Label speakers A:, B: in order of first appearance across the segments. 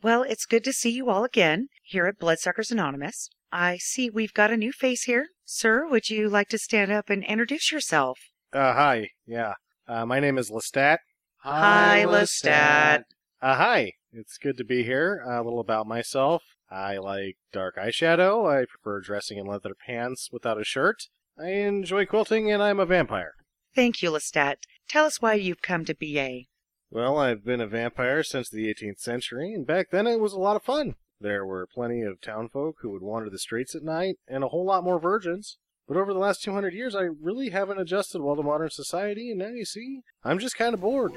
A: Well, it's good to see you all again, here at Bloodsuckers Anonymous. I see we've got a new face here. Sir, would you like to stand up and introduce yourself?
B: Uh, hi. Yeah. Uh, my name is Lestat.
A: Hi, Lestat.
B: Uh, hi. It's good to be here. a little about myself. I like dark eyeshadow. I prefer dressing in leather pants without a shirt. I enjoy quilting, and I'm a vampire.
A: Thank you, Lestat. Tell us why you've come to BA.
B: Well, I've been a vampire since the 18th century, and back then it was a lot of fun. There were plenty of townfolk who would wander the streets at night, and a whole lot more virgins. But over the last 200 years, I really haven't adjusted well to modern society, and now you see, I'm just kind of bored.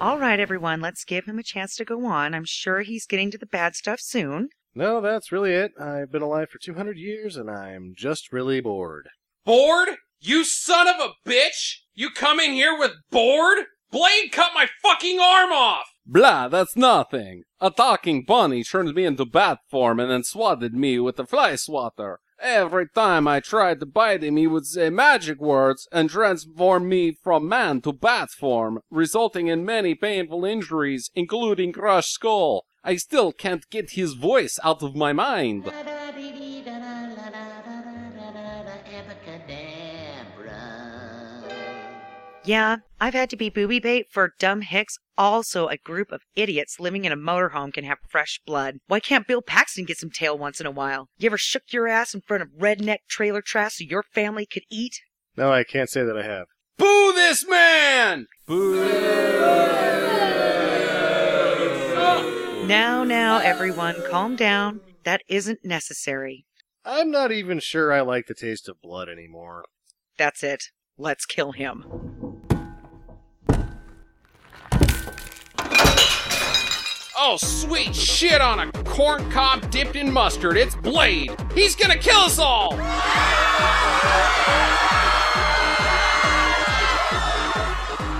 A: All right, everyone, let's give him a chance to go on. I'm sure he's getting to the bad stuff soon.
B: No, that's really it. I've been alive for 200 years, and I'm just really bored.
C: Bored? You son of a bitch! You come in here with bored? Blade cut my fucking arm off!
D: Blah, that's nothing. A talking bunny turned me into bat form and then swatted me with a fly swatter. Every time I tried to bite him, he would say magic words and transform me from man to bat form, resulting in many painful injuries, including crushed skull. I still can't get his voice out of my mind.
E: Abacadabra.
A: Yeah, I've had to be booby bait for dumb hicks. Also, a group of idiots living in a motorhome can have fresh blood. Why can't Bill Paxton get some tail once in a while? You ever shook your ass in front of redneck trailer trash so your family could eat?
B: No, I can't say that I have.
D: Boo this man!
A: Now, now, everyone, calm down. That isn't necessary.
B: I'm not even sure I like the taste of blood anymore.
A: That's it. Let's kill him.
C: Oh, sweet shit on a corn cob dipped in mustard. It's Blade. He's gonna kill us all!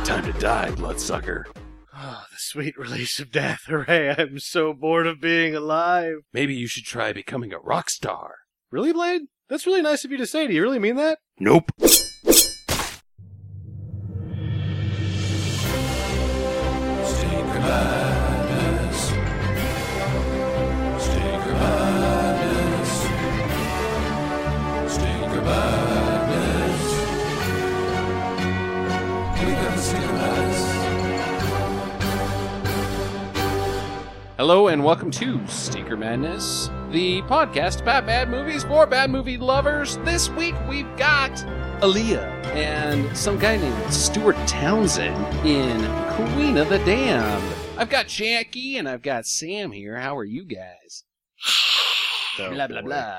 F: Time to die, bloodsucker.
B: Ah, the sweet release of death. Hooray, I'm so bored of being alive.
F: Maybe you should try becoming a rock star.
B: Really, Blade? That's really nice of you to say. Do you really mean that?
F: Nope.
D: Hello and welcome to Stinker Madness, the podcast about bad movies for bad movie lovers. This week we've got Aaliyah and some guy named Stuart Townsend in Queen of the Damned. I've got Jackie and I've got Sam here. How are you guys?
B: No,
D: blah blah
B: Oh, boy.
D: blah.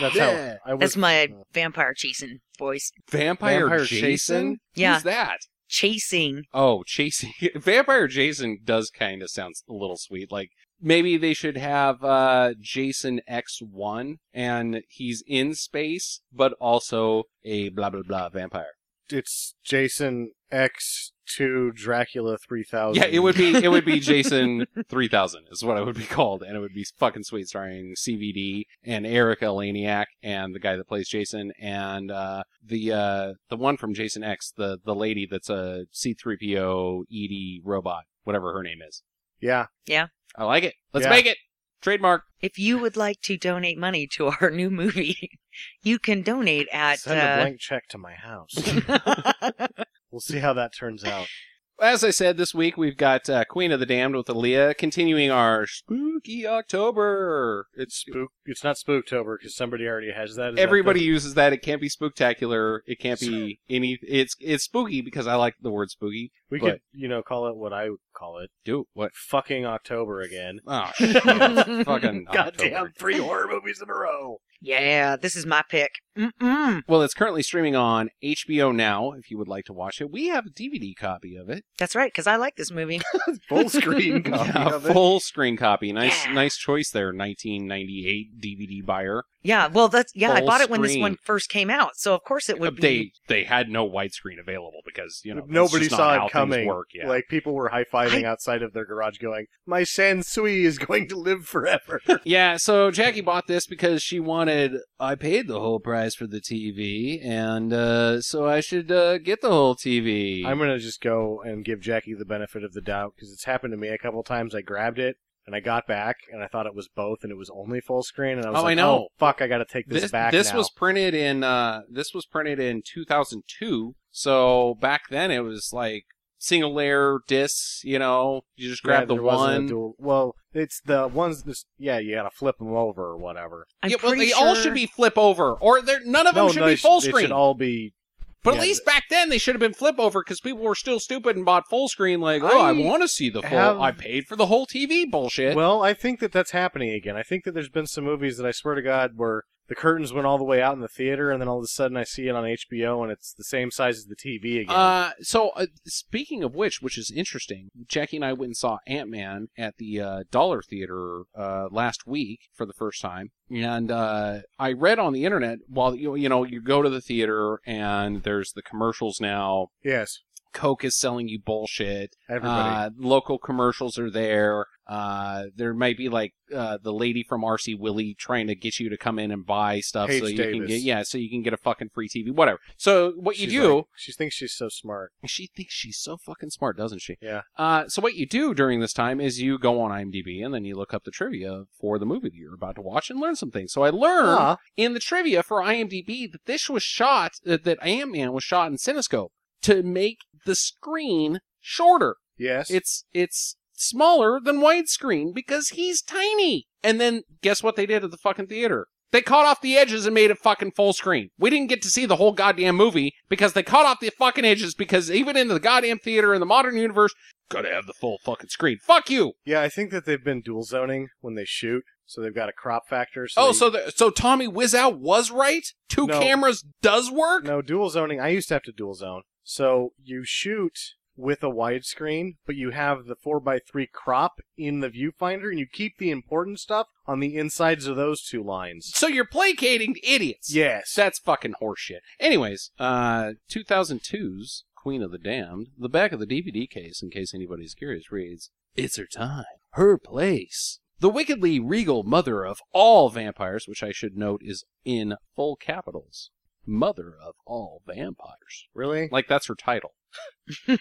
B: That's
D: Yeah.
B: how I was.
A: That's my vampire chasing voice.
D: Vampire,
B: Vampire
D: Jason?
B: Jason?
A: Yeah.
D: Who's that?
A: Chasing.
D: Oh, chasing Vampire Jason does kind of sound a little sweet. Like maybe they should have uh Jason X1 and he's in space but also a blah blah blah vampire.
B: It's Jason X two Dracula three thousand.
D: Yeah, it would be it would be Jason 3000 is what it would be called and it would be fucking sweet starring CVD and Erica Laniak and the guy that plays Jason and uh the uh the one from Jason X, the the lady that's a C3PO ED E robot, whatever her name is.
B: Yeah,
D: I like it. Let's
B: Yeah.
D: make it. Trademark.
A: If you would like to donate money to our new movie, you can donate at.
B: send a
A: Uh,
B: blank check to my house. we'll see how that turns out.
D: As I said, this week we've got uh, Queen of the Damned with Aaliyah, continuing our spooky October. It's
B: Spook. It's not Spooktober because somebody already has that. Is that
D: everybody uses that. It can't be spooktacular. It can't be any. It's it's spooky because I like the word spooky.
B: the- we
D: but-
B: could, you know, call it what I would call it.
D: Do what?
B: Fucking October again.
D: Oh, shit. fucking October.
B: Goddamn, three horror movies in a row.
A: yeah, this is my pick. Mm-mm.
D: Well, it's currently streaming on HBO now. If you would like to watch it, we have a DVD copy of it.
A: That's right, because I like this movie.
B: Full screen copy
D: Yeah,
B: of it.
D: full screen copy. Nice,
A: Yeah.
D: nice choice there. 1998 DVD buyer.
A: Yeah, well, that's yeah. I
D: Full
A: bought it when this
D: screen.
A: one first came out, so of course it would
D: they
A: be.
D: they had no widescreen available because you know that's
B: Nobody
D: just not
B: saw
D: how
B: it
D: things
B: coming.
D: Work, yeah.
B: Like people were high fiving outside of their garage, going, "My Sansui is going to live forever."
D: yeah. So Jackie bought this because she wanted wanted, I paid the whole price for the TV, and uh, so I should uh, get the whole TV.
B: I'm gonna just go and give Jackie the benefit of the doubt because it's happened to me a couple times. I grabbed it and I got back and I thought it was both and it was only full screen and I was
D: Oh, I
B: like,
D: know.
B: oh fuck, I gotta take this, back.
D: This
B: now.
D: was printed in uh, this was printed in 2002. So back then it was like single layer discs. You know, you just
B: Yeah,
D: grab the
B: there wasn't a
D: one.
B: dual- well, it's the ones. This, yeah, you gotta flip them over or whatever.
A: I'm
D: yeah, well,
A: pretty
D: they all
A: sure-
D: should be flip over, or they're, none of them
B: no,
D: should
B: no,
D: be
B: it
D: full
B: should- It
D: screen.
B: should all be.
D: but
B: yeah,
D: at least
B: th-
D: back then they should have been flip over because people were still stupid and bought full screen. Like, oh, I,
B: I
D: want to see the full.
B: have-
D: I paid for the whole TV bullshit.
B: Well, I think that that's happening again. I think that there's been some movies that I swear to God where the curtains went all the way out in the theater, and then all of a sudden I see it on HBO, and it's the same size as the TV again.
D: Uh, so uh, speaking of which, which is interesting, Jackie and I went and saw Ant Man at the uh, Dollar Theater uh, last week for the first time, and uh, I read on the internet while you you know you go to the theater and there's the commercials now.
B: yes,
D: Coke is selling you bullshit.
B: everybody.
D: Uh, local commercials are there. Uh, there might be like uh, the lady from RC Willie trying to get you to come in and buy stuff
B: Paige
D: so you can
B: Davis.
D: get yeah, so you can get a fucking free TV, whatever. So what you
B: She's
D: do
B: like- she thinks she's so smart.
D: she thinks she's so fucking smart, doesn't she?
B: Yeah.
D: Uh, so what you do during this time is you go on IMDb and then you look up the trivia for the movie that you're about to watch and learn some things. So I learned
B: Ah,
D: in the trivia for IMDb that this was shot that, that Ant Man was shot in Cinescope to make the screen shorter.
B: yes.
D: It's it's smaller than widescreen because he's tiny. And then guess what they did at the fucking theater? They cut off the edges and made it fucking full screen. We didn't get to see the whole goddamn movie because they cut off the fucking edges because even in the goddamn theater in the modern universe, gotta have the full fucking screen. Fuck you.
B: Yeah, I think that they've been dual zoning when they shoot, so they've got a crop factor. So
D: Oh,
B: they-
D: so the, so Tommy Wiseau was right. Two
B: No.
D: cameras does work.
B: no dual zoning. I used to have to dual zone. So you shoot with a widescreen, but you have the four x three crop in the viewfinder, and you keep the important stuff on the insides of those two lines.
D: So you're placating idiots.
B: Yes.
D: That's fucking horseshit. Anyways, uh, 2002's Queen of the Damned, the back of the DVD case, in case anybody's curious, reads, It's her time, her place. The wickedly regal mother of all vampires, which I should note is in full capitals. Mother of all vampires.
B: really?
D: Like, that's her title.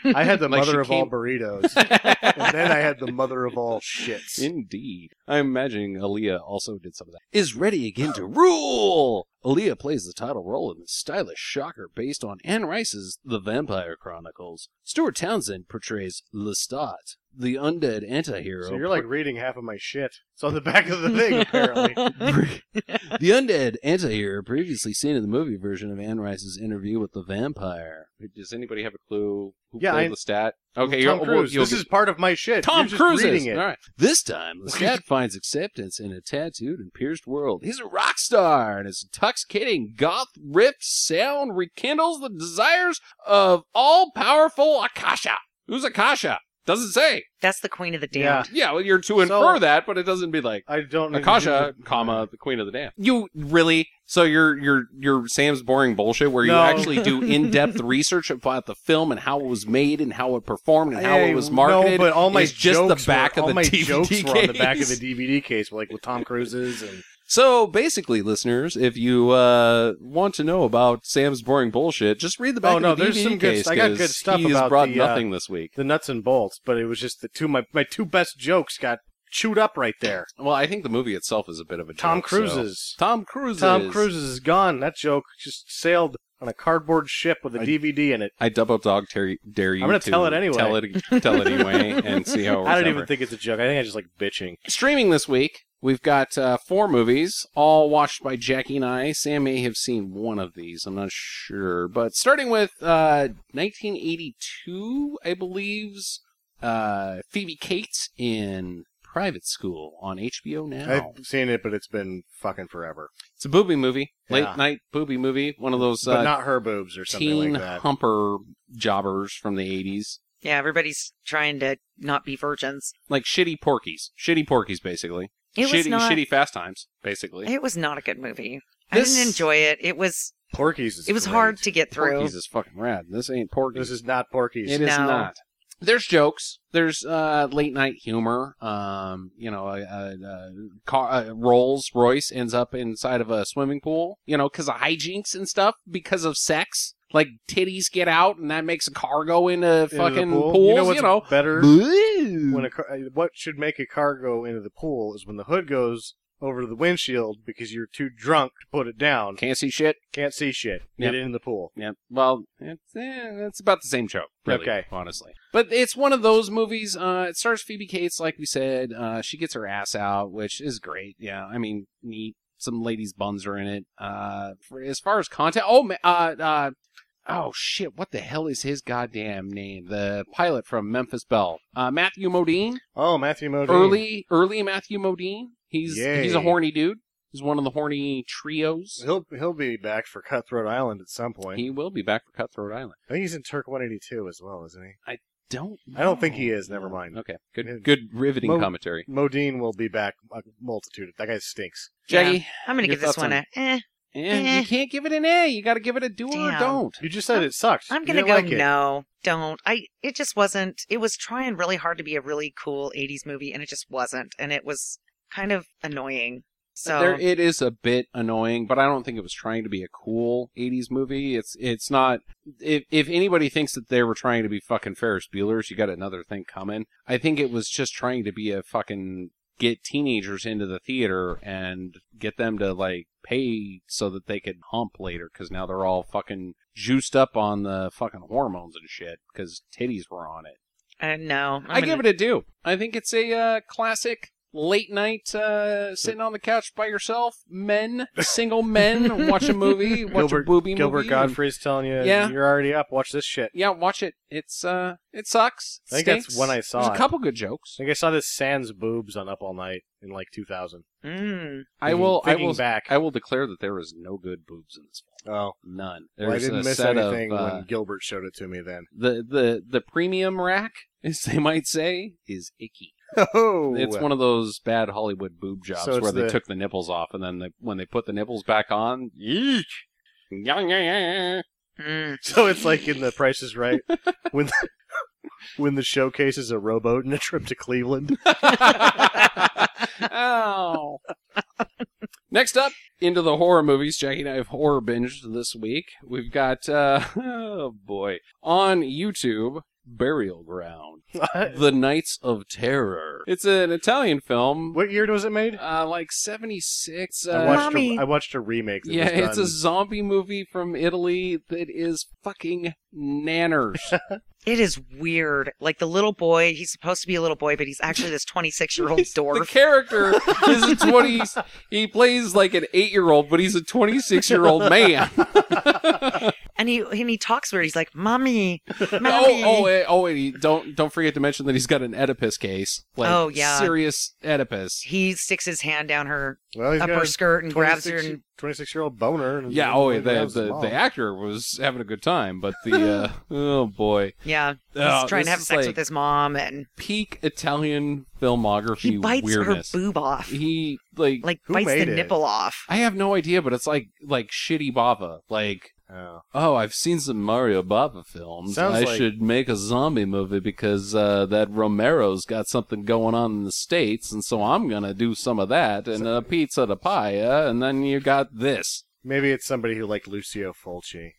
B: I had the
D: Like she
B: mother of all
D: came-
B: burritos, and then I had the mother of all shits.
D: Indeed. I'm imagining Aaliyah also did some of that. Is ready again to rule! Aaliyah plays the title role in the stylish shocker based on Anne Rice's The Vampire Chronicles. Stuart Townsend portrays Lestat, the undead antihero.
B: so you're like reading half of my shit. It's on the back of the thing, apparently.
D: the undead antihero previously seen in the movie version of Anne Rice's interview with the vampire. Does anybody have a clue who
B: Yeah,
D: played
B: I-
D: Lestat?
B: Tom
D: Okay, you'll- we'll-
B: Cruise.
D: you'll
B: this
D: get-
B: is part of my shit.
D: Tom
B: You're just
D: Cruise
B: reading it.
D: All right. This time, Lestat finds acceptance in a tattooed and pierced world. He's a rock star, and his intoxicating goth rift sound rekindles the desires of all-powerful Akasha. Who's Akasha? Doesn't say.
A: That's the Queen of the
B: Yeah.
A: Damned.
D: Yeah, well, you're to infer that, but it doesn't be like
B: I don't. even-
D: Akasha, comma the Queen of the Damned. You really? So your your your Sam's boring bullshit, where
B: No.
D: you actually do in-depth research about the film and how it was made and how it performed and how it was marketed.
B: No, but all my
D: is just the
B: jokes
D: back
B: were,
D: of
B: all
D: the
B: my
D: DVD
B: jokes were on the back of
D: case.
B: the DVD case, like with Tom Cruise's and
D: So basically, listeners, if you uh, want to know about Sam's boring bullshit, just read the back
B: Oh, no,
D: of the
B: there's
D: DVD
B: some good-
D: case.
B: I got
D: 'cause
B: good stuff
D: he has
B: about
D: brought
B: the, uh,
D: nothing this week.
B: the nuts and bolts. But it was just the two my my two best jokes got chewed up right there.
D: Well, I think the movie itself is a bit of a
B: Tom
D: joke, so-
B: Cruise's.
D: Tom Cruise's.
B: Tom Cruise's is gone. That joke just sailed on a cardboard ship with a
D: I-
B: DVD in it.
D: I double dog dare, dare you.
B: I'm gonna
D: to
B: tell it anyway.
D: Tell it, tell it anyway, and see how. Oh, It
B: I don't
D: works
B: even
D: out.
B: think it's a joke. I think I just like bitching.
D: Streaming this week, we've got uh, four movies, all watched by Jackie and I. Sam may have seen one of these, I'm not sure. But starting with uh, 1982, I believe's uh, Phoebe Cates in Private School on HBO Now.
B: I've seen it, but it's been fucking forever.
D: It's a booby movie, late
B: Yeah.
D: night booby movie, one of those
B: but
D: uh,
B: not her boobs or something
D: teen
B: like that.
D: humper jobbers from the 80s.
A: Yeah, everybody's trying to not be virgins.
D: Like shitty porkies. Shitty porkies, basically.
A: It
D: shitty,
A: was not.
D: shitty fast times, basically.
A: It was not a good movie. I
D: This-
A: didn't enjoy it. It was
B: Porky's. Is
A: it was
B: great.
A: hard to get through.
D: Porky's is fucking rad. This ain't Porky's.
B: This is not Porky's.
D: It is
A: No.
D: not. there's jokes. There's uh, late night humor. Um, you know, uh, uh, car, uh, Rolls Royce ends up inside of a swimming pool. You know, because of hijinks and stuff, because of sex. Like titties get out, and that makes a car go into
B: Into the
D: fucking
B: pool.
D: pools.
B: You know what's better?
D: Blue.
B: When a car, uh, what should make a car go into the pool is when the hood goes over the windshield because you're too drunk to put it down.
D: can't see shit.
B: Can't see shit.
D: Yep.
B: Get in the pool.
D: Yeah. Well, it's eh, it's about the same joke. Really,
B: Okay.
D: Honestly, but it's one of those movies. Uh, it stars Phoebe Cates, like we said. Uh, she gets her ass out, which is great. Yeah. I mean, neat. Some ladies' buns are in it. Uh, for, as far as content, oh, ma- uh, uh, oh shit, what the hell is his goddamn name? The pilot from Memphis Belle, uh, Matthew Modine.
B: Oh, Matthew Modine.
D: Early, early Matthew Modine. He's
B: Yay.
D: he's a horny dude. He's one of the horny trios.
B: He'll he'll be back for Cutthroat Island at some point.
D: He will be back for Cutthroat Island.
B: I think he's in Turk 182 as well, isn't he?
D: don't.
B: I don't think he
D: know.
B: is, never mind.
D: Okay,
B: Yeah.
D: good, good riveting
B: Mo-
D: commentary.
B: Modine will be back a multitude. That guy stinks.
D: Jackie,
A: I'm gonna
D: Your
A: give this
D: thoughts
A: one
D: on
A: a. Eh,
D: eh,
A: Eh.
D: you can't give it an A. You got to give it a do or
A: Damn.
D: don't.
B: You just said it sucked.
A: I'm
B: You
A: gonna
B: didn't
A: go
B: like it.
A: no, don't. I. It just wasn't. It was trying really hard to be a really cool '80s movie, and it just wasn't. And it was kind of annoying. So
D: There, it is a bit annoying, but I don't think it was trying to be a cool '80s movie. It's it's not. If if anybody thinks that they were trying to be fucking Ferris Bueller's, you got another thing coming. I think it was just trying to be a fucking get teenagers into the theater and get them to like pay so that they could hump later because now they're all fucking juiced up on the fucking hormones and shit because titties were on it.
A: uh, no, I'm
D: I give it a do. I think it's a uh, classic late night uh, sitting on the couch by yourself, men, single men, watch a movie, watch a
B: Gilbert-
D: booby
B: Gilbert
D: movie.
B: Godfrey's telling you,
D: Yeah.
B: you're already up. Watch this shit.
D: Yeah, watch it. It's uh, it sucks.
B: I think that's
D: Stinks.
B: when I saw
D: There's
B: it.
D: a couple good jokes.
B: I think I saw this Sans boobs on Up All Night in like 2000.
A: Mm,
D: I will. I
B: Thinking
D: will.
B: back.
D: I will declare that there is no good boobs in this film.
B: oh,
D: None. There's
B: well, I didn't
D: a
B: miss
D: set
B: anything
D: of, uh,
B: when Gilbert showed it to me then.
D: the the the premium rack, as they might say, is icky.
B: Oh,
D: It's one of those bad Hollywood boob jobs
B: So it's
D: where they
B: the-
D: took the nipples off, and then they, when they put the nipples back on, yeesh. Yeah, yeah, yeah.
A: mm.
B: So it's like in The Price is Right when the, when the showcase is a rowboat and a trip to Cleveland.
D: Ow. Next up, into the horror movies. Jackie and I have horror binged this week. We've got, uh, oh boy, on YouTube, Burial Ground, The Knights of Terror. It's an Italian film,
B: what year was it made?
D: uh, like 76. Uh,
B: I watched, a,
A: Mommy.
B: I watched a remake. That
D: yeah,
B: was
D: it's
B: done.
D: a zombie movie from Italy that is fucking nanners.
A: It is weird. Like the little boy, he's supposed to be a little boy, but he's actually this 26 year old
D: the
A: dwarf.
D: character is a 20 he plays like an 8-year-old but he's a 26-year-old man. oh,
A: And he and he talks weird. He's like, "Mommy, mommy."
D: oh, eh, oh, and he- don't don't forget to mention that he's got an Oedipus case. Like
A: Oh, yeah.
D: serious Oedipus.
A: He sticks his hand down her
B: well, he's got
A: upper
B: a
A: skirt and grabs her. And
B: 26 year old boner. and-
D: Yeah, oh, the
B: and grabs
D: the,
B: mom.
D: the actor was having a good time, but the uh, oh boy,
A: yeah, he's
D: Oh,
A: trying to
D: this
A: have
D: is
A: sex
D: like
A: with his mom, and
D: peak Italian filmography
A: he bites
D: weirdness.
A: her boob off.
D: He like
A: Like
B: Who
A: bites the
B: made it?
A: nipple off.
D: I have no idea, but it's like like shitty Bava. Like,
B: Oh.
D: oh, I've seen some Mario Bava films.
B: Sounds
D: I
B: like-
D: should make a zombie movie because uh, that Romero's got something going on in the states, and so I'm gonna do some of that and a pizza to pie, uh, and then you got this.
B: Maybe it's somebody who liked Lucio Fulci.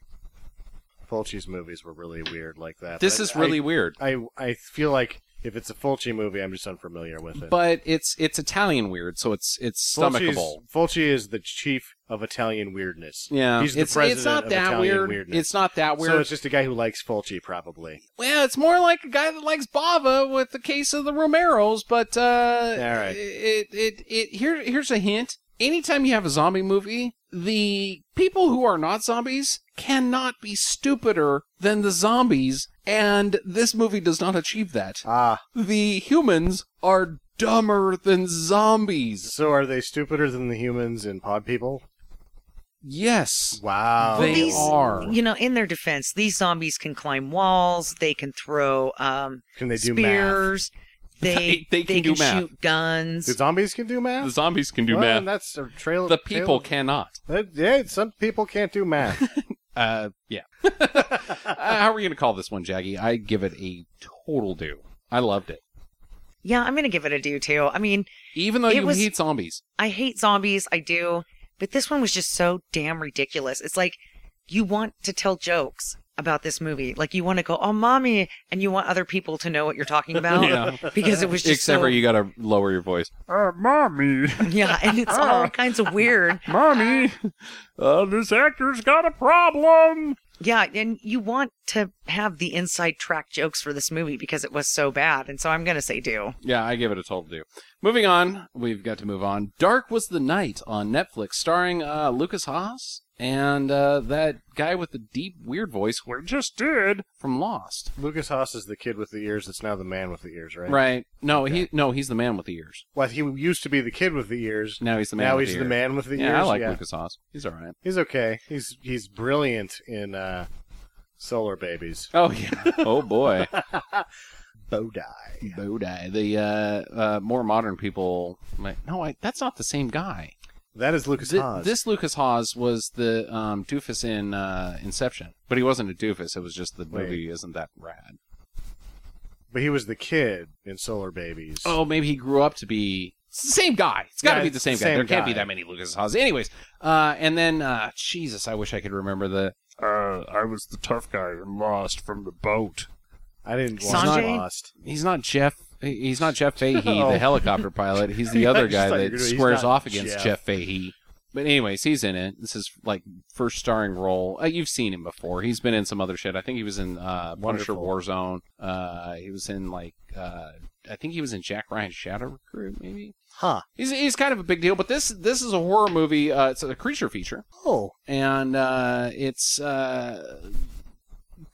B: Fulci's movies were really weird like that.
D: This
B: but
D: is really weird.
B: I, I I feel like if it's a Fulci movie, I'm just unfamiliar with it.
D: But it's it's Italian weird, so it's it's stomachable.
B: Fulci's- Fulci is the chief of Italian weirdness.
D: Yeah,
B: He's the
D: it's,
B: president
D: it's not
B: of
D: that
B: Italian
D: weird.
B: weirdness.
D: It's not that weird.
B: So it's just a guy who likes Fulci, probably.
D: Well, it's more like a guy that likes Bava with the case of the Romeros, but uh
B: All right.
D: it, it it here here's a hint. Anytime you have a zombie movie, the people who are not zombies cannot be stupider than the zombies, and this movie does not achieve that.
B: Ah,
D: The humans are dumber than zombies.
B: so are they stupider than the humans in Pod People?
D: Yes.
B: Wow.
D: They
A: These-
D: are.
A: You know, in their defense, these zombies can climb walls. They can throw um,
B: Can they do math?
A: spears. They
D: They- they can do math.
A: shoot guns.
B: Do zombies can do math?
D: The zombies can do
B: well,
D: math.
B: That's a trail.
D: The
B: Trail,
D: people cannot.
B: that- yeah, some people can't do math.
D: Uh, yeah. Uh, how are we going to call this one, Jaggy? I give it a total do. I loved it.
A: Yeah, I'm going to give it a do too. I mean,
D: Even though
A: It
D: you
A: was-
D: hate zombies.
A: I hate zombies, I do, but this one was just so damn ridiculous. It's like you want to tell jokes about this movie. Like you want to go, "Oh, mommy," and you want other people to know what you're talking about because it was just
D: Except
A: so
D: for you got to lower your voice.
E: Uh, mommy,
A: Yeah, and it's all kinds of weird.
E: mommy, uh, this actor's got a problem.
A: Yeah, and you want to have the inside track jokes for this movie because it was so bad. And so I'm going to say do.
D: Yeah, I give it a total do. Moving on, we've got to move on. Dark was the night on Netflix, starring uh, Lucas Haas and uh, that guy with the deep weird voice we just did from Lost.
B: Lucas Haas is the kid with the ears that's now the man with the ears, right?
D: Right? No, he no, he's the man with the ears.
B: Well, he used to be the kid with the ears.
D: Now he's the man.
B: Now
D: with
B: he's
D: the,
B: the
D: ears.
B: man with the
D: yeah,
B: ears.
D: I like
B: yeah.
D: Lucas Haas. He's all right.
B: He's okay. He's he's brilliant in uh, Solar Babies.
D: Oh yeah. oh boy.
B: Bodai.
D: Bodai. The uh, uh, more modern people. Might, no, I, that's not the same guy.
B: That is Lucas
D: Th-
B: Haas.
D: This Lucas Haas was the um, doofus in uh, Inception, but he wasn't a doofus. It was just the
B: Wait.
D: movie isn't that rad.
B: But he was the kid in Solar Babies.
D: Oh, maybe he grew up to be it's the same guy. It's got to
B: Yeah,
D: be the same guy.
B: same
D: there can't be
B: guy.
D: that many Lucas Haas. Anyways, uh, and then uh, Jesus, I wish I could remember the.
E: Uh, I was the tough guy and lost from the boat.
B: I didn't watch
A: Sanjay?
B: Lost.
D: He's not Jeff. he- He's not Jeff Fahey,
B: Oh.
D: the helicopter pilot. He's the
B: Yeah, I
D: other
B: just
D: guy
B: thought you were
D: that
B: gonna- he's
D: squares
B: not
D: off against
B: Jeff.
D: Jeff. Fahey. But anyways, he's in it. This is like first starring role. Uh, you've seen him before. He's been in some other shit. I think he was in uh, Punisher
B: Wonderful.
D: Warzone. Uh, he was in like uh, I think he was in Jack Ryan Shadow Recruit. Maybe
B: Huh.
D: he's he's kind of a big deal. But this this is a horror movie. Uh, it's a creature feature
B: Oh.
D: and uh, it's uh,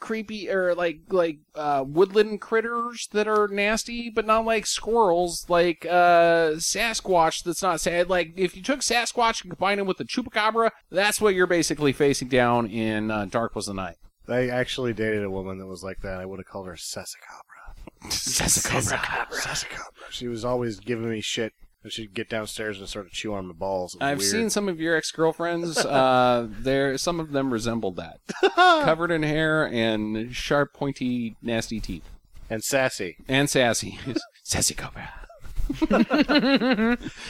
D: creepy or like like uh, woodland critters that are nasty, but not like squirrels, like uh, Sasquatch. That's not sad. Like if you took Sasquatch and combined him with the chupacabra, that's what you're basically facing down in uh, Dark Was the Night.
B: I actually dated a woman that was like that. I would have called her Sessacabra. Sessacabra. She was always giving me shit. And she'd get downstairs and sort of chew on my balls. It was
D: I've
B: weird.
D: seen some of your ex-girlfriends. Uh, there, some of them resembled that, covered in hair and sharp, pointy, nasty teeth.
B: And sassy.
D: and sassy. sassy cobra.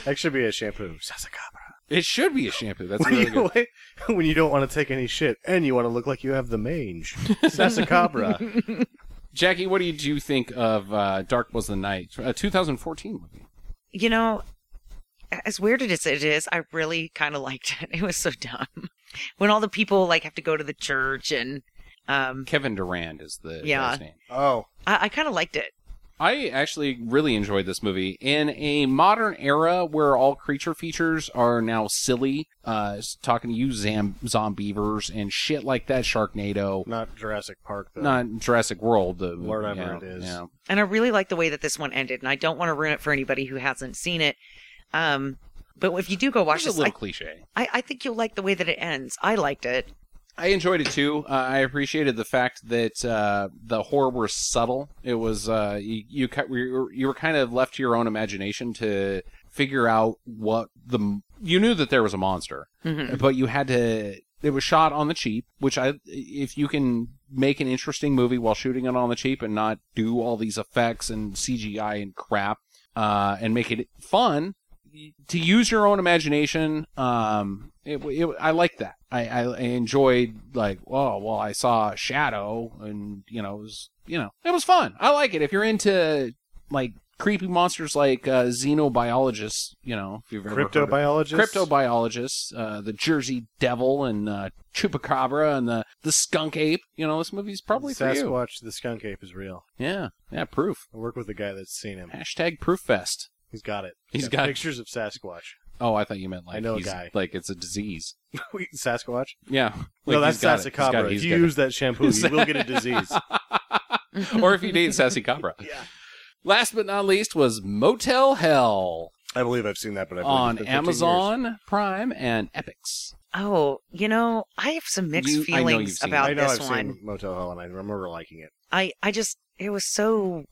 B: That should be a shampoo. Sessacabra.
D: It should be a shampoo. That's
B: When
D: really good.
B: you, when you don't want to take any shit and you want to look like you have the mange. Sessacabra.
D: Jackie, what did you think of uh, Dark Was the Night, Uh, a 2014 movie?
A: You know, as weird as it is, I really kind of liked it. It was so dumb. When all the people like have to go to the church and um
D: Kevin Durand is the
A: Yeah.
D: guy's name.
B: oh.
A: I, I kind of liked it.
D: I actually really enjoyed this movie in a modern era where all creature features are now silly. Uh, it's talking to you, zam- zombievers and shit like that, Sharknado,
B: Not Jurassic Park, though.
D: not Jurassic World, the
B: Whatever
D: yeah,
B: it is.
D: yeah.
A: And I really like the way that this one ended. And I don't want to ruin it for anybody who hasn't seen it. Um but if you do go watch
D: It's a
A: this,
D: little
A: I,
D: cliche.
A: I, I think you'll like the way that it ends. I liked it.
D: I enjoyed it too. Uh, I appreciated the fact that uh, the horror was subtle. It was uh, you you, ki- you were- you were kind of left to your own imagination to figure out what the m- you knew that there was a monster,
A: Mhm.
D: but you had to. It was shot on the cheap, which I if you can make an interesting movie while shooting it on the cheap and not do all these effects and CGI and crap uh, and make it fun, to use your own imagination um it, it, i like that I, I I enjoyed like oh well i saw shadow and you know it was you know it was fun i like it if you're into like creepy monsters like uh xenobiologists you know if you've ever heard of-
B: Cryptobiologist?
D: cryptobiologists uh the jersey devil and uh chupacabra and the the skunk ape you know this movie's probably for you
B: Sasquatch the skunk ape is real.
D: yeah yeah proof
B: I work with a guy that's seen him.
D: hashtag proof fest
B: He's got it.
D: He's
B: got,
D: got it.
B: pictures of Sasquatch.
D: oh i thought you meant like
B: I know a
D: he's-
B: guy.
D: like it's a disease
B: Wait, Sasquatch?
D: Yeah.
B: no,
D: Like,
B: that's
D: he's got it. He's got
B: Sassacabra.
D: it.
B: If
D: He's
B: you
D: got it.
B: use that shampoo, you will get a disease.
D: or if you date Sassy Cobra.
B: Yeah.
D: Last but not least was Motel Hell
B: I believe I've seen that, but I've
D: on Amazon Prime and Epics.
A: Oh, you know, I have some mixed
D: You- I know you've
A: feelings
D: seen
A: about
B: I know
A: this
B: I've
A: one.
B: seen Motel Hell, and I remember liking it.
A: I I just it was so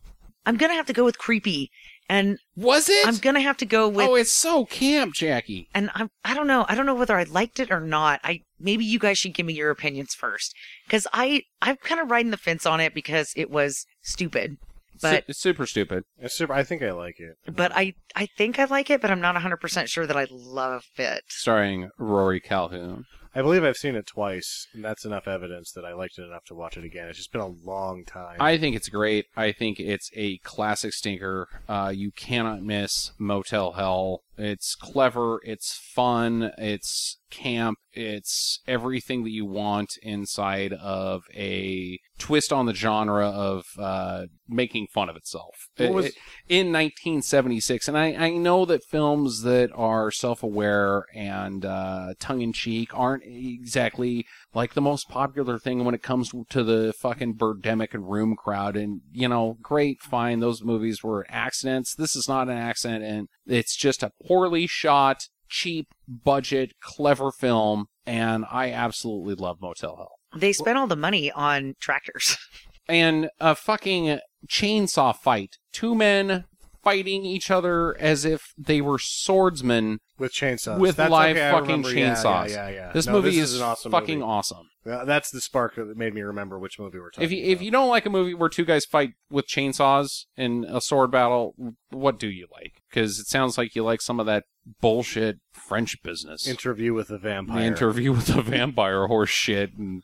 A: I'm gonna have to go with creepy, and
D: Was it?
A: I'm gonna have to go with
D: oh, it's so camp, Jackie.
A: and I'm I don't know I don't know whether I liked it or not. I maybe you guys should give me your opinions first because I I'm kind of riding the fence on it because it was stupid. But
D: Su- super stupid.
B: It's super, I think I like it.
A: but I I think I like it, but I'm not 100% sure that I love it.
D: Starring Rory Calhoun.
B: I believe I've seen it twice, and that's enough evidence that I liked it enough to watch it again. It's just been a long time.
D: I think it's great. I think it's a classic stinker. Uh, you cannot miss Motel Hell. It's clever. It's fun. It's camp. It's everything that you want inside of a twist on the genre of uh, making fun of itself.
B: What
D: It-
B: was-
D: it- in 1976, and I, I know that films that are self-aware and uh, tongue-in-cheek aren't exactly like the most popular thing when it comes to the fucking Birdemic and Room crowd. And, you know, great, fine. Those movies were accidents. This is not an accident. And it's just a poorly shot, cheap budget, clever film. And I absolutely love Motel Hell.
A: They spent all the money on tractors.
D: And a fucking chainsaw fight. Two men fighting each other as if they were swordsmen.
B: with chainsaws.
D: with
B: That's
D: live
B: okay, I
D: fucking
B: remember. Yeah,
D: chainsaws.
B: Yeah, yeah, yeah.
D: This
B: No,
D: movie
B: this
D: is
B: an awesome
D: fucking
B: movie.
D: awesome.
B: Uh, That's the spark that made me remember which movie we're talking
D: If you if
B: about.
D: you don't like a movie where two guys fight with chainsaws in a sword battle, what do you like? Because it sounds like you like some of that bullshit French business.
B: Interview with a
D: The
B: vampire.
D: interview with the vampire horse shit and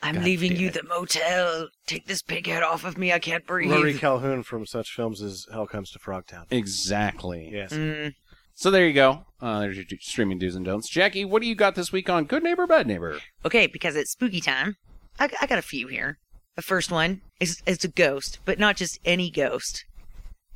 A: I'm
D: God
A: leaving
D: damn
A: you
D: it.
A: the motel. Take this pig head off of me. I can't breathe.
B: Rory Calhoun from such films as Hell Comes to Frogtown.
D: exactly.
B: Yes.
A: Mm,
D: So there you go. Uh, there's your d- streaming do's and don'ts. Jackie, what do you got this week on Good Neighbor Bad Neighbor?
A: okay, because it's spooky time. I, I got a few here. The first one is it's a ghost, but not just any ghost.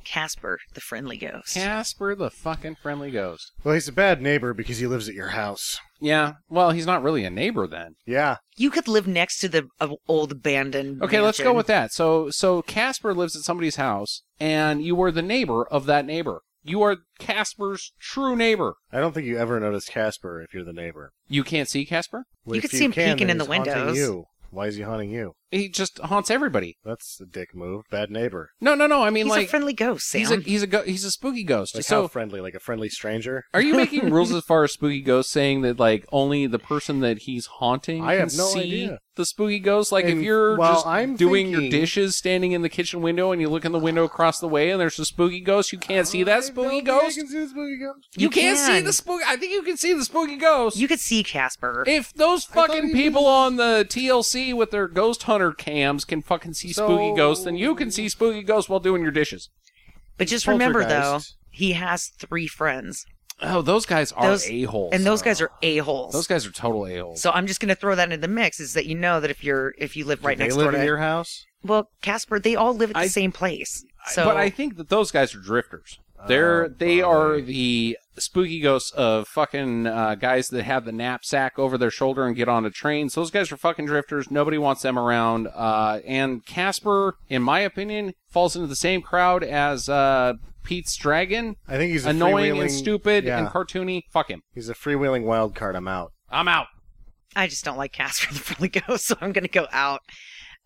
A: Casper, the friendly ghost.
D: Casper the fucking friendly ghost.
B: Well, he's a bad neighbor because he lives at your house.
D: Yeah. Well, he's not really a neighbor then.
B: Yeah.
A: You could live next to the uh, old abandoned.
D: Okay, let's go
A: mansion.
D: with that. So so Casper lives at somebody's house and you are the neighbor of that neighbor. You are Casper's true neighbor.
B: I don't think you ever notice Casper if you're the neighbor.
D: You can't see Casper?
A: You
B: If
A: could see him
B: can,
A: peeking
B: then
A: in the
B: he's haunting
A: windows.
B: You. Why is he haunting you?
D: He just haunts everybody.
B: That's a dick move. Bad neighbor.
D: No, no, no. I mean,
A: He's
D: like
A: a friendly ghost, Sam.
D: he's a e- he's a go- he's a spooky ghost.
B: Like how
D: so,
B: friendly? Like a friendly stranger?
D: are you making rules as far as spooky ghosts, saying that like only the person that he's haunting
B: I
D: can
B: have no
D: see
B: idea.
D: the spooky ghost? Like
B: And
D: if you're
B: while
D: just
B: I'm
D: doing your
B: thinking-
D: dishes, standing in the kitchen window, and you look in the window across the way, and there's a spooky ghost, you can't see
B: I
D: that spooky
B: don't think I
D: ghost.
B: can see the spooky ghost.
D: You,
A: You
D: can't see
A: can.
D: the spooky. I think you can see the spooky ghost.
A: you could see Casper.
D: if those
B: I thought
D: fucking
B: he
D: people on the TLC with their ghost hunter cams can fucking see spooky
B: So-
D: ghosts, then you can see spooky ghosts while doing your dishes.
A: but just remember, though,
B: Poltergeist.
A: he has three friends,
D: Oh, those guys are
A: Those-
D: a holes.
A: and those guys are a holes.
D: those guys are total a holes.
A: So I'm just going to throw that into the mix is that you know that if you're if you live right
B: Do
A: next
B: they live
A: door to
B: in your house?
A: well Casper they all live at the
D: I-
A: same place. So
D: but I think that those guys are drifters. They're
B: Oh,
D: they are
B: boy.
D: the spooky ghosts of fucking uh, guys that have the knapsack over their shoulder and get on a train. So those guys are fucking drifters. Nobody wants them around. Uh, and Casper, in my opinion, falls into the same crowd as uh, Pete's dragon.
B: I think he's a
D: Annoying
B: freewheeling-
D: and stupid
B: yeah.
D: and cartoony. Fuck him.
B: He's a freewheeling wild card. I'm out.
D: I'm out.
A: I just don't like Casper the friendly ghost, so I'm going to go out.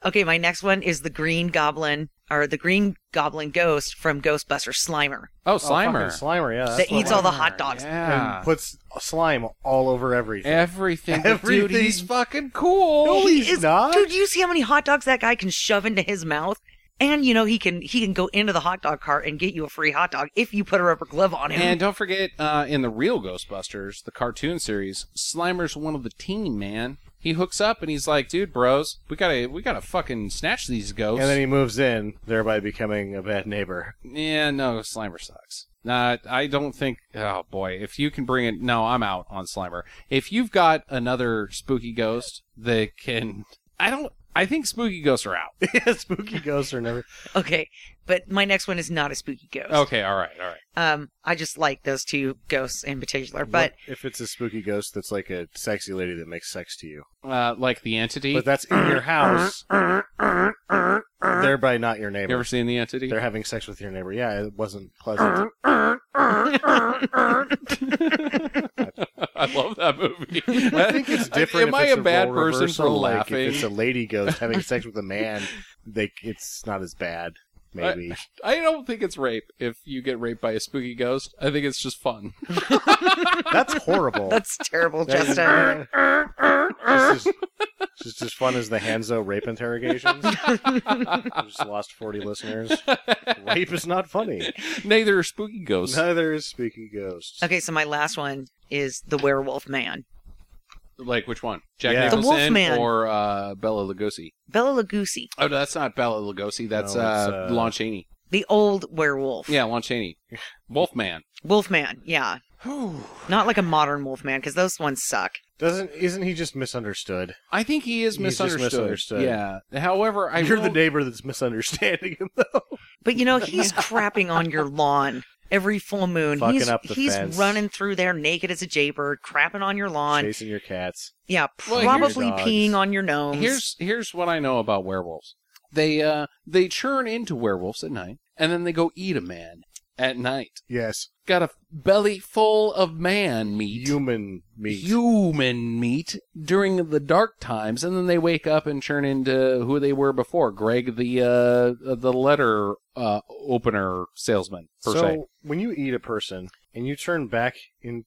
A: Okay, my next one is the Green Goblin or the Green Goblin ghost from Ghostbuster Slimer
D: Oh,
B: Oh, fucking
D: Slimer.
B: Slimer. Yeah. that's
A: that
B: what
A: eats all the
B: Slimer-
A: hot dogs.
D: Yeah.
B: and puts slime all over everything.
D: Everything. but Dude,
B: Everything.
D: he's fucking cool.
B: No, he's
A: is-
B: not.
A: Dude, do you see how many hot dogs that guy can shove into his mouth? And you know he can he can go into the hot dog cart and get you a free hot dog if you put a rubber glove on him.
D: And don't forget, uh, in the real Ghostbusters, the cartoon series, Slimer's one of the team, man. He hooks up and he's like, "Dude, bros, we gotta, we gotta fucking snatch these ghosts."
B: and then he moves in, thereby becoming a bad neighbor.
D: yeah, no, Slimer sucks. Nah, I don't think. Oh boy, if you can bring it, no, I'm out on Slimer. If you've got another spooky ghost that can, I don't. I think spooky ghosts are out.
B: Spooky ghosts are never.
A: okay, but my next one is not a spooky ghost.
D: Okay, all right, all right.
A: Um, I just like those two ghosts in particular, but
B: What if it's a spooky ghost that's like a sexy lady that makes sex to you,
D: Uh, like the entity.
B: but that's in your house, thereby not your
D: you
B: neighbor.
D: ever seen the entity?
B: They're having sex with your neighbor. Yeah, it wasn't pleasant.
D: I love that movie.
B: I think it's different. if
D: Am I
B: it's
D: a bad
B: role
D: person for
B: reversal, like,
D: laughing?
B: If it's a lady ghost having sex with a man, they it's not as bad. maybe.
D: I don't think it's rape if you get raped by a spooky ghost. I think it's just fun.
B: That's horrible.
A: That's terrible,
B: That is-
A: Justin.
B: This is just as fun as the Hanzo rape interrogations. I just lost 40 listeners. Rape is not funny.
D: Neither are spooky ghosts.
B: Neither is Speaking Ghosts.
A: Okay, so my last one is the werewolf man.
D: Like which one? Jack
B: Yeah.
A: The
D: Nicholson
A: Wolfman.
D: or uh, Bella Lugosi?
A: Bela Lugosi,
D: Oh, no, that's not Bella Lugosi. That's
B: No, it's,
D: uh,
B: uh,
D: Lon Chaney.
A: the old werewolf.
D: Yeah, Lon Chaney. Wolfman.
A: Wolfman, yeah. Not like a modern wolfman, because those ones suck.
B: Doesn't isn't he just misunderstood?
D: I think he is
B: He's just
D: misunderstood.
B: misunderstood.
D: Yeah. However, I
B: You're
D: will-
B: the neighbor that's misunderstanding him though.
A: But you know, he's crapping on your lawn every full moon.
B: Fucking
A: he's
B: up the
A: he's
B: fence.
A: running through there naked as a jaybird, crapping on your lawn.
B: Chasing your cats.
A: Yeah,
D: Well, here's-
A: probably
B: Dogs.
A: peeing on your gnomes.
D: Here's here's what I know about werewolves. They uh they churn into werewolves at night, and then they go eat a man at night.
B: Yes.
D: Got a belly full of man meat,
B: Human meat.
D: human meat during the dark times, and then they wake up and turn into who they were before. Greg, the uh the letter uh opener salesman per
B: so
D: se.
B: when you eat a person and you turn back in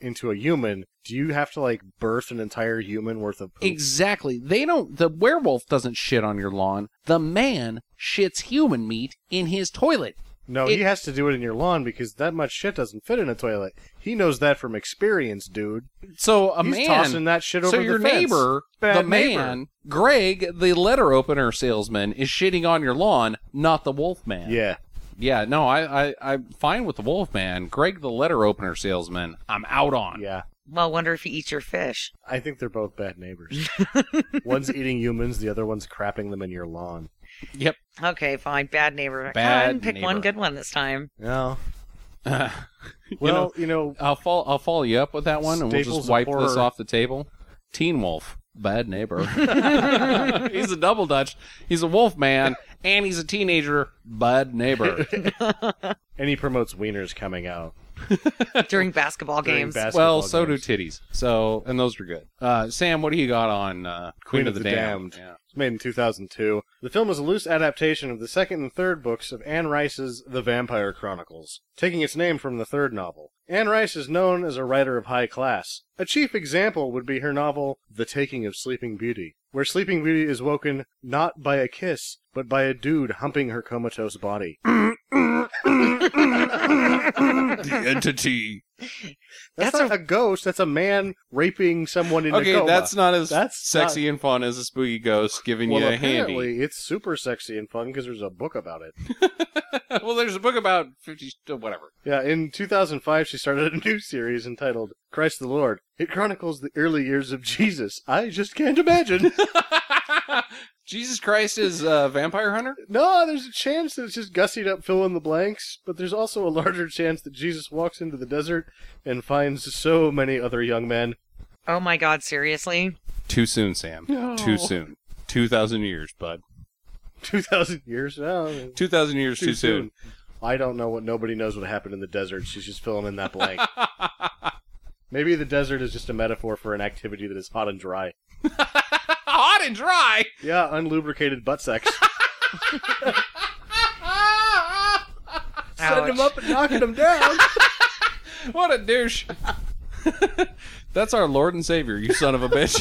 B: into a human, do you have to like birth an entire human worth of poop?
D: Exactly. They don't. The werewolf doesn't shit on your lawn. The man shits human meat in his toilet.
B: no,
D: it-
B: he has to do it in your lawn because that much shit doesn't fit in a toilet. He knows that from experience, dude.
D: So a
B: He's
D: man
B: tossing that shit over
D: so
B: the
D: your
B: fence.
D: neighbor,
B: Bad
D: the
B: neighbor.
D: man, Greg, the letter opener salesman, is shitting on your lawn, not the wolf man.
B: Yeah.
D: Yeah, no, I, I, I'm fine with the wolf man. Greg, the letter opener salesman, I'm out on.
B: Yeah.
A: Well, I wonder if he eats your fish.
B: I think they're both bad neighbors. one's eating humans, the other one's crapping them in your lawn.
D: Yep.
A: Okay, fine. Bad neighbor.
D: Bad
A: Come on, pick one
D: neighbor.
A: good one this time.
B: No.
D: well,
B: Well, you know,
D: I'll follow, I'll follow you up with that one, and we'll
B: Staples
D: just
B: of
D: wipe
B: horror.
D: this off the table. Teen Wolf, bad neighbor. he's a double Dutch. He's a wolf man, and he's a teenager. Bad neighbor.
B: and he promotes wieners coming out.
A: During basketball
B: during
A: games.
B: basketball
D: well, so
B: games.
D: do titties. So, and those are good. Uh, Sam, what do you got on uh, Queen, of the, Damned? Yeah.
B: It was made in 2002. The film is a loose adaptation of the second and third books of Anne Rice's The Vampire Chronicles, taking its name from the third novel. Anne Rice is known as a writer of high class. A chief example would be her novel The Taking of Sleeping Beauty, where Sleeping Beauty is woken not by a kiss, but by a dude humping her comatose body.
F: The entity.
B: That's,
A: That's
B: not a... ghost, that's a man raping someone in
D: Okay,
B: a coma.
D: that's not as
B: That's
D: sexy and fun as a spooky ghost giving
B: well,
D: you a
B: apparently
D: handy.
B: it's super sexy and fun because there's a book about it.
D: well, there's a book about fifty, uh, whatever.
B: Yeah, in 2005, she started a new series entitled Christ the Lord. It chronicles the early years of Jesus. I just can't imagine.
D: Jesus Christ is a vampire hunter.
B: no, there's a chance that it's just gussied up fill in the blanks, but there's also a larger chance that Jesus walks into the desert and finds so many other young men.
A: oh my God, seriously?
D: Too soon, Sam. Too soon. Two thousand years, bud.
B: 2,000 years? Oh,
D: Two thousand years too, soon.
B: I don't know what nobody knows what happened in the desert. She's just filling in that blank. Maybe the desert is just a metaphor for an activity that is hot and dry.
D: Hot and dry.
B: Yeah, unlubricated butt sex.
A: Ouch.
B: and knocking him down.
D: what a douche. That's our Lord and Savior, you son of a bitch.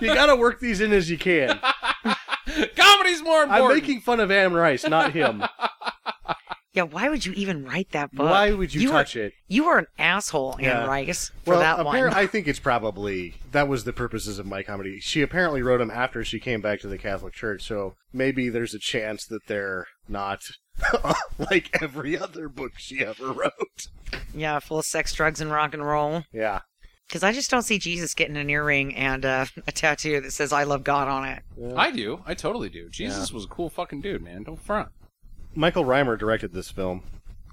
B: you gotta work these in as you can.
D: Comedy's more
B: I'm
D: important.
B: making fun of Anne Rice, not him.
A: Yeah, why would you even write that book?
B: Why would you,
A: are,
B: touch it?
A: You are an asshole,
B: Yeah.
A: Anne Rice, for that one.
B: appar- I think it's probably that was the purposes of my comedy. She apparently wrote him after she came back to the Catholic Church, so maybe there's a chance that they're not like every other book she ever wrote.
A: Yeah, full of sex, drugs, and rock and roll.
B: Yeah.
A: Because I just don't see Jesus getting an earring and uh, a tattoo that says "I love God" on it.
D: I do. I totally do. Jesus was a cool fucking dude, man. Don't front.
B: Michael Reimer directed this film.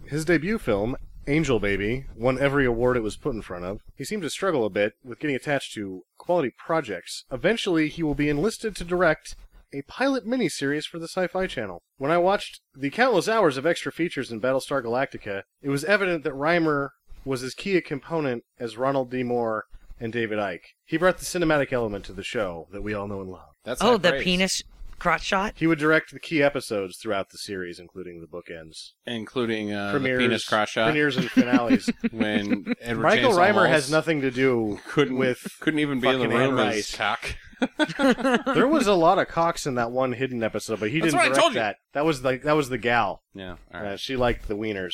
B: His debut film, Angel Baby, won every award it was put in front of. He seemed to struggle a bit with getting attached to quality projects. Eventually, he will be enlisted to direct a pilot miniseries for the Sci Fi Channel. When I watched the countless hours of extra features in Battlestar Galactica, it was evident that Reimer was as key a component as Ronald D. Moore and David Ike. He brought the cinematic element to the show that we all know and love.
D: That's
A: oh,
D: high
A: the
D: praise.
A: penis Crotch shot.
B: He would direct the key episodes throughout the series, including the bookends,
D: including uh, the
B: premieres,
D: penis cross shot
B: premieres, and finales.
D: when Edward
B: Michael
D: James
B: Reimer
D: almost
B: has nothing to do
D: couldn't
B: with.
D: couldn't even be in the
B: fucking
D: room
B: Anne
D: as
B: Rice.
D: cock.
B: There was a lot of cocks in that one hidden episode, but he
C: That's
B: didn't
C: what I
B: direct
C: told you.
B: that. That was the that was the gal.
D: Yeah, all
B: Uh,
D: right.
B: she liked the wieners.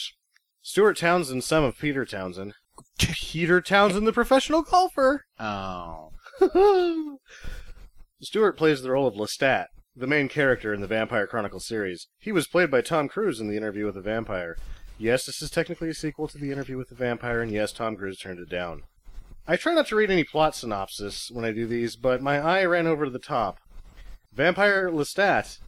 B: Stuart Townsend, son of Peter Townsend. Peter Townsend, the professional golfer.
D: Oh,
B: Stewart plays the role of Lestat, the main character in the Vampire Chronicle series. He was played by Tom Cruise in The Interview with the Vampire. Yes, this is technically a sequel to The Interview with the Vampire, and yes, Tom Cruise turned it down. I try not to read any plot synopsis when I do these, but my eye ran over to the top. Vampire Lestat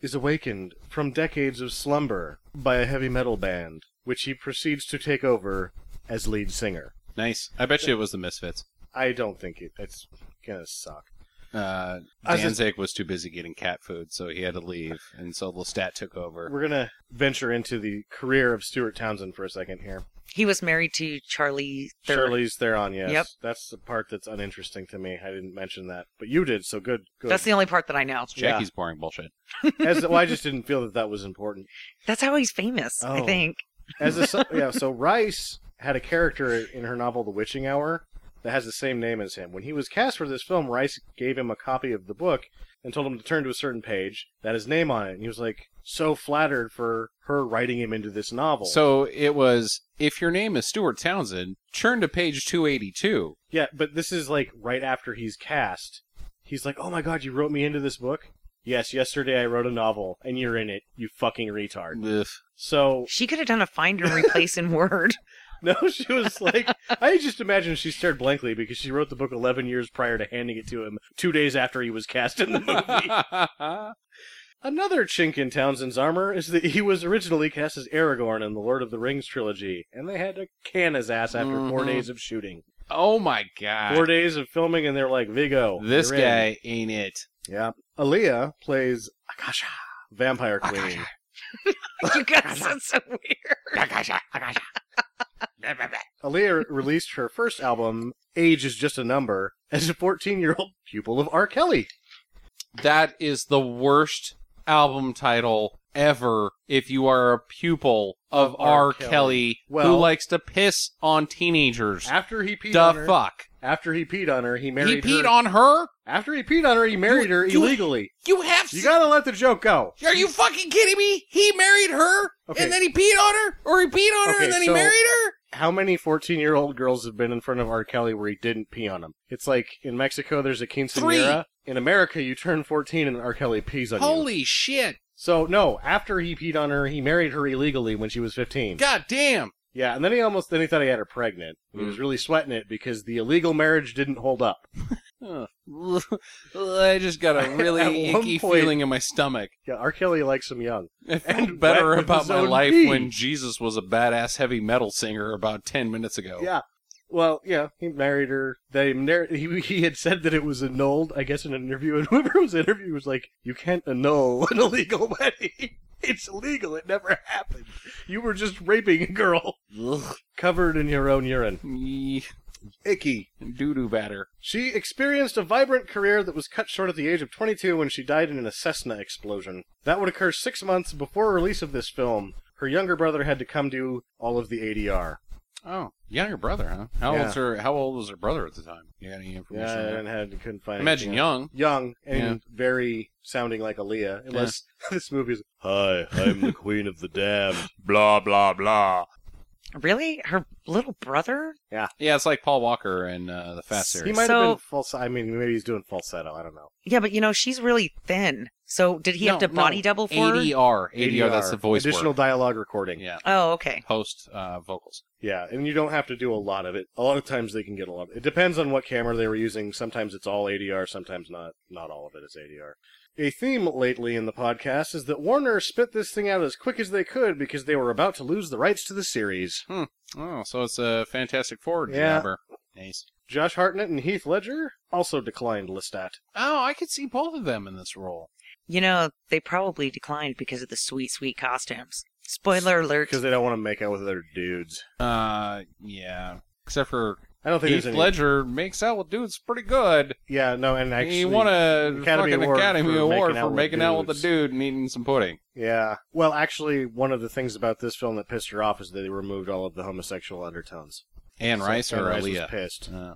B: is awakened from decades of slumber by a heavy metal band, which he proceeds to take over as lead singer.
D: nice. I bet you it was the Misfits.
B: I don't think it, it's gonna suck.
D: Uh,
B: I was just-
D: Danzig was too busy getting cat food, so he had to leave, and so Lestat took over.
B: We're gonna venture into the career of Stuart Townsend for a second here.
A: He was married to Charlie Third.
B: Charlize Theron, yes.
A: Yep.
B: That's the part that's uninteresting to me. I didn't mention that, but you did, so good. Good.
A: That's the only part that I know.
B: Yeah.
D: Jackie's boring bullshit.
B: As well, I just didn't feel that that was important.
A: That's how he's famous, I
B: Oh.
A: think.
B: As a so- yeah, so Rice had a character in her novel *The Witching Hour* that has the same name as him. When he was cast for this film, Rice gave him a copy of the book and told him to turn to a certain page that had his name on it, and he was like so flattered for her writing him into this novel.
D: So it was if your name is Stuart Townsend, churn to page 282.
B: Yeah, but this is like right after he's cast. He's like, "Oh my god, you wrote me into this book." Yes, yesterday I wrote a novel, and you're in it. You fucking retard.
D: Ugh.
B: So
A: She could have done a find and replace in Word.
B: no, she was like, I just imagine she stared blankly because she wrote the book 11 years prior to handing it to him, two days after he was cast in the movie. Another chink in Townsend's armor is that he was originally cast as Aragorn in the Lord of the Rings trilogy, and they had to can his ass after four
D: Mhm.
B: days of shooting,
D: oh my god.
B: four days of filming, and they're like, Vigo,
D: this
B: you're in.
D: guy ain't it.
B: Yeah. Aaliyah plays Akasha, Vampire
D: Oh,
B: Queen.
A: you guys, that's so weird.
B: Aaliyah released her first album, Age is Just a Number, as a 14 year old pupil of R. Kelly.
D: That is the worst album title ever if you are a pupil of R.
B: R.
D: Kelly,
B: Kelly.
D: who
B: Well-
D: likes to piss on teenagers.
B: After he peed on
D: The
B: her,
D: fuck?
B: after he peed on her, he
D: He
B: married
D: peed
B: her.
D: on her?
B: after he peed on her, he married her
D: you-
B: illegally.
D: You have
B: You gotta let the joke go.
D: Are you fucking kidding me? He married her
B: Okay.
D: and then he peed on her? Or he peed on her
B: Okay,
D: and then he
B: so-
D: married her?
B: How many 14 year old girls have been in front of R. Kelly where he didn't pee on them? It's like in Mexico, there's a quinceanera. In America, you turn 14 and R. Kelly pees on you.
D: Holy shit.
B: So, no, after he peed on her, he married her illegally when she was 15.
D: God damn.
B: Yeah, and then he almost then he thought he had her pregnant. He was really sweating it because the illegal marriage didn't hold up.
D: Ugh. I just got a really
B: At one
D: icky
B: point-
D: feeling in my stomach.
B: Yeah, R. Kelly likes him young.
D: I felt
B: And
D: better
B: wet with
D: about
B: his
D: my
B: own
D: life
B: pee.
D: when Jesus was a badass heavy metal singer about 10 minutes ago.
B: Yeah. Well, yeah, he married her. They mar- he, he had said that it was annulled, I guess, in an interview. And whoever was interviewed was like, "You can't annul an illegal wedding. It's illegal. It never happened. You were just raping a girl
D: Ugh.
B: covered in your own urine."
D: Yee.
B: Icky.
D: Doo-doo batter.
B: She experienced a vibrant career that was cut short at the age of 22 when she died in an Cessna explosion. That would occur six months before release of this film. Her younger brother had to come do all of the ADR.
D: Oh, younger brother, huh? How
B: Yeah.
D: old's her? How old was her brother at the time? You got any information?
B: Yeah,
D: on that?
B: and had couldn't find.
D: Imagine
B: anything else.
D: young.
B: young and very sounding like Aaliyah, unless this movie is
F: Hi, I'm the queen of the damned. Blah, blah, blah.
A: Really? Her little brother?
D: Yeah, it's like Paul Walker and uh, the Fast Series.
B: He might
A: So-
B: have been falsetto. I mean, maybe he's doing falsetto. I don't know.
A: Yeah, but you know, she's really thin. So did he have
D: No,
A: to
D: no.
A: body double for her?
D: ADR. ADR. That's the voice
B: Additional
D: work.
B: dialogue recording. Yeah.
D: Yeah,
A: Oh, okay.
D: post uh, vocals.
B: and you don't have to do a lot of it. A lot of times they can get a lot. It depends on what camera they were using. Sometimes it's all ADR. Sometimes not. Not all of it is ADR. A theme lately in the podcast is that Warner spit this thing out as quick as they could because they were about to lose the rights to the series.
D: Oh, so it's a Fantastic Four
B: Yeah.
D: jobber. Nice.
B: Josh Hartnett and Heath Ledger also declined Lestat.
D: Oh, I could see both of them in this role.
A: You know, they probably declined because of the sweet, sweet costumes. Spoiler alert.
B: because they don't want to make out with other dudes.
D: Uh, yeah. Except for
B: I don't think
D: Heath
B: there's any.
D: Ledger makes out with dudes pretty good.
B: Yeah, no, and actually,
D: he won a
B: Academy
D: fucking
B: Award
D: Academy
B: for
D: Award
B: making out
D: for
B: with
D: making out with a
B: dudes.
D: dude and eating some pudding.
B: yeah. Well, actually, one of the things about this film that pissed her off is that they removed all of the homosexual undertones.
D: Anne
B: So
D: Rice
B: Anne
D: or
B: Rice was
D: Aaliyah?
B: pissed.
D: Uh,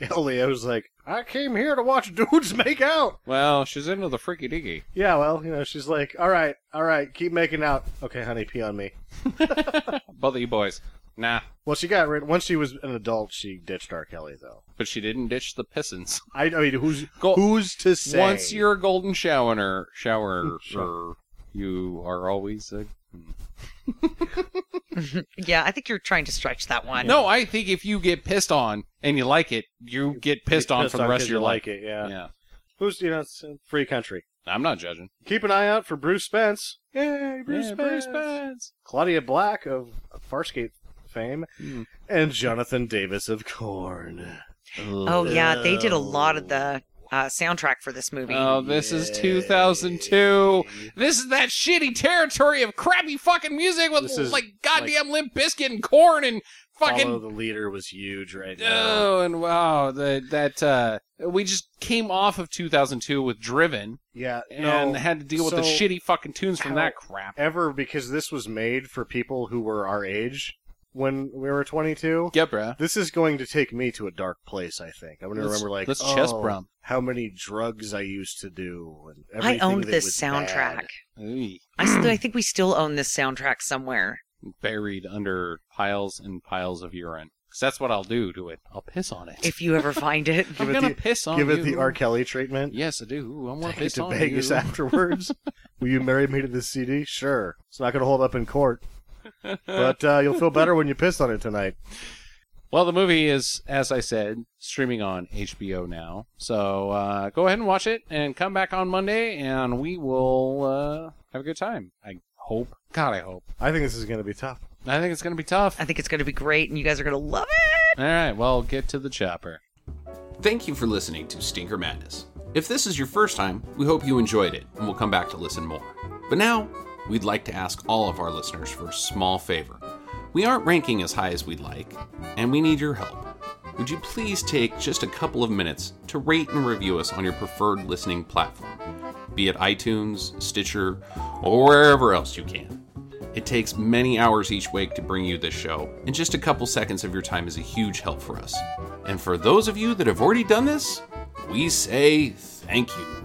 B: Aaliyah was like, "I came here to watch dudes make out."
D: well, she's into the freaky diggy.
B: Yeah, well, you know, she's like, "All right, all right, keep making out." Okay, honey, pee on me.
D: Both of you boys. Nah,
B: Well, she got rid. Once she was an adult, she ditched R. Kelly, though.
D: but she didn't ditch the pissins.
B: I, I mean, who's
D: Go-
B: who's to say?
D: Once you're a golden shower, shower,
B: Sure.
D: you are always a.
A: Yeah, I think you're trying to stretch that one.
D: No, I think if you get pissed on and you like it, you get pissed on for the
B: 'cause
D: rest of your
B: you
D: life.
B: like it, yeah.
D: Yeah,
B: Who's you know, it's a free country.
D: I'm not judging.
B: Keep an eye out for Bruce Spence. Yay, Bruce
D: Yeah,
B: Spence. Claudia Black of Farscape fame,
D: Hmm.
B: and Jonathan Davis of Corn.
A: Oh yeah, they did a lot of the uh, soundtrack for this movie.
D: Oh, this is 2002. This is that shitty territory of crappy fucking music with
B: This is,
D: like goddamn Limp Biscuit and corn and
B: Follow
D: fucking.
B: the leader was huge right now.
D: Oh, and wow, the, that uh, we just came off of 2002 with Driven
B: yeah,
D: and
B: no,
D: had to deal with the
B: so
D: shitty fucking tunes from
B: how-
D: that crap.
B: ever because this was made for people who were our age when we were 22.
D: Yeah, bruh.
B: This is going to take me to a dark place. I think I'm going to
D: Let's-
B: remember like
D: let's
B: oh,
D: chest brum.
B: how many drugs I used to do. And
A: I
B: everything
A: owned
B: that
A: this
B: was
A: soundtrack.
B: bad.
D: Ooh,
A: I, st- I think we still own this soundtrack somewhere.
D: buried under piles and piles of urine. 'Cause that's what I'll do to it. I'll piss on it.
A: If you ever find it,
D: I'm
B: Give it
D: gonna
B: the-
D: piss on
B: Give
D: you.
B: it the R. Kelly treatment.
D: Yes, I do. Ooh, I want to
B: Take it
D: piss
B: to
D: on
B: Vegas uh,
D: you.
B: afterwards. Will you marry me to this CD? Sure. It's not going to hold up in court, but uh, you'll feel better when you piss on it tonight.
D: Well, the movie is, as I said, streaming on HBO now. So uh, go ahead and watch it and come back on Monday and we will uh, have a good time. I hope. God, I hope.
B: I think this is going to be tough.
D: I think it's going to be tough.
A: I think it's going to be great, and you guys are going to love it.
D: All right, well, get to the chopper.
G: Thank you for listening to Stinker Madness. If this is your first time, we hope you enjoyed it and will come back to listen more. But now, we'd like to ask all of our listeners for a small favor. We aren't ranking as high as we'd like, and we need your help. Would you please take just a couple of minutes to rate and review us on your preferred listening platform, be it iTunes, Stitcher, or wherever else you can? It takes many hours each week to bring you this show, and just a couple seconds of your time is a huge help for us. And for those of you that have already done this, we say thank you.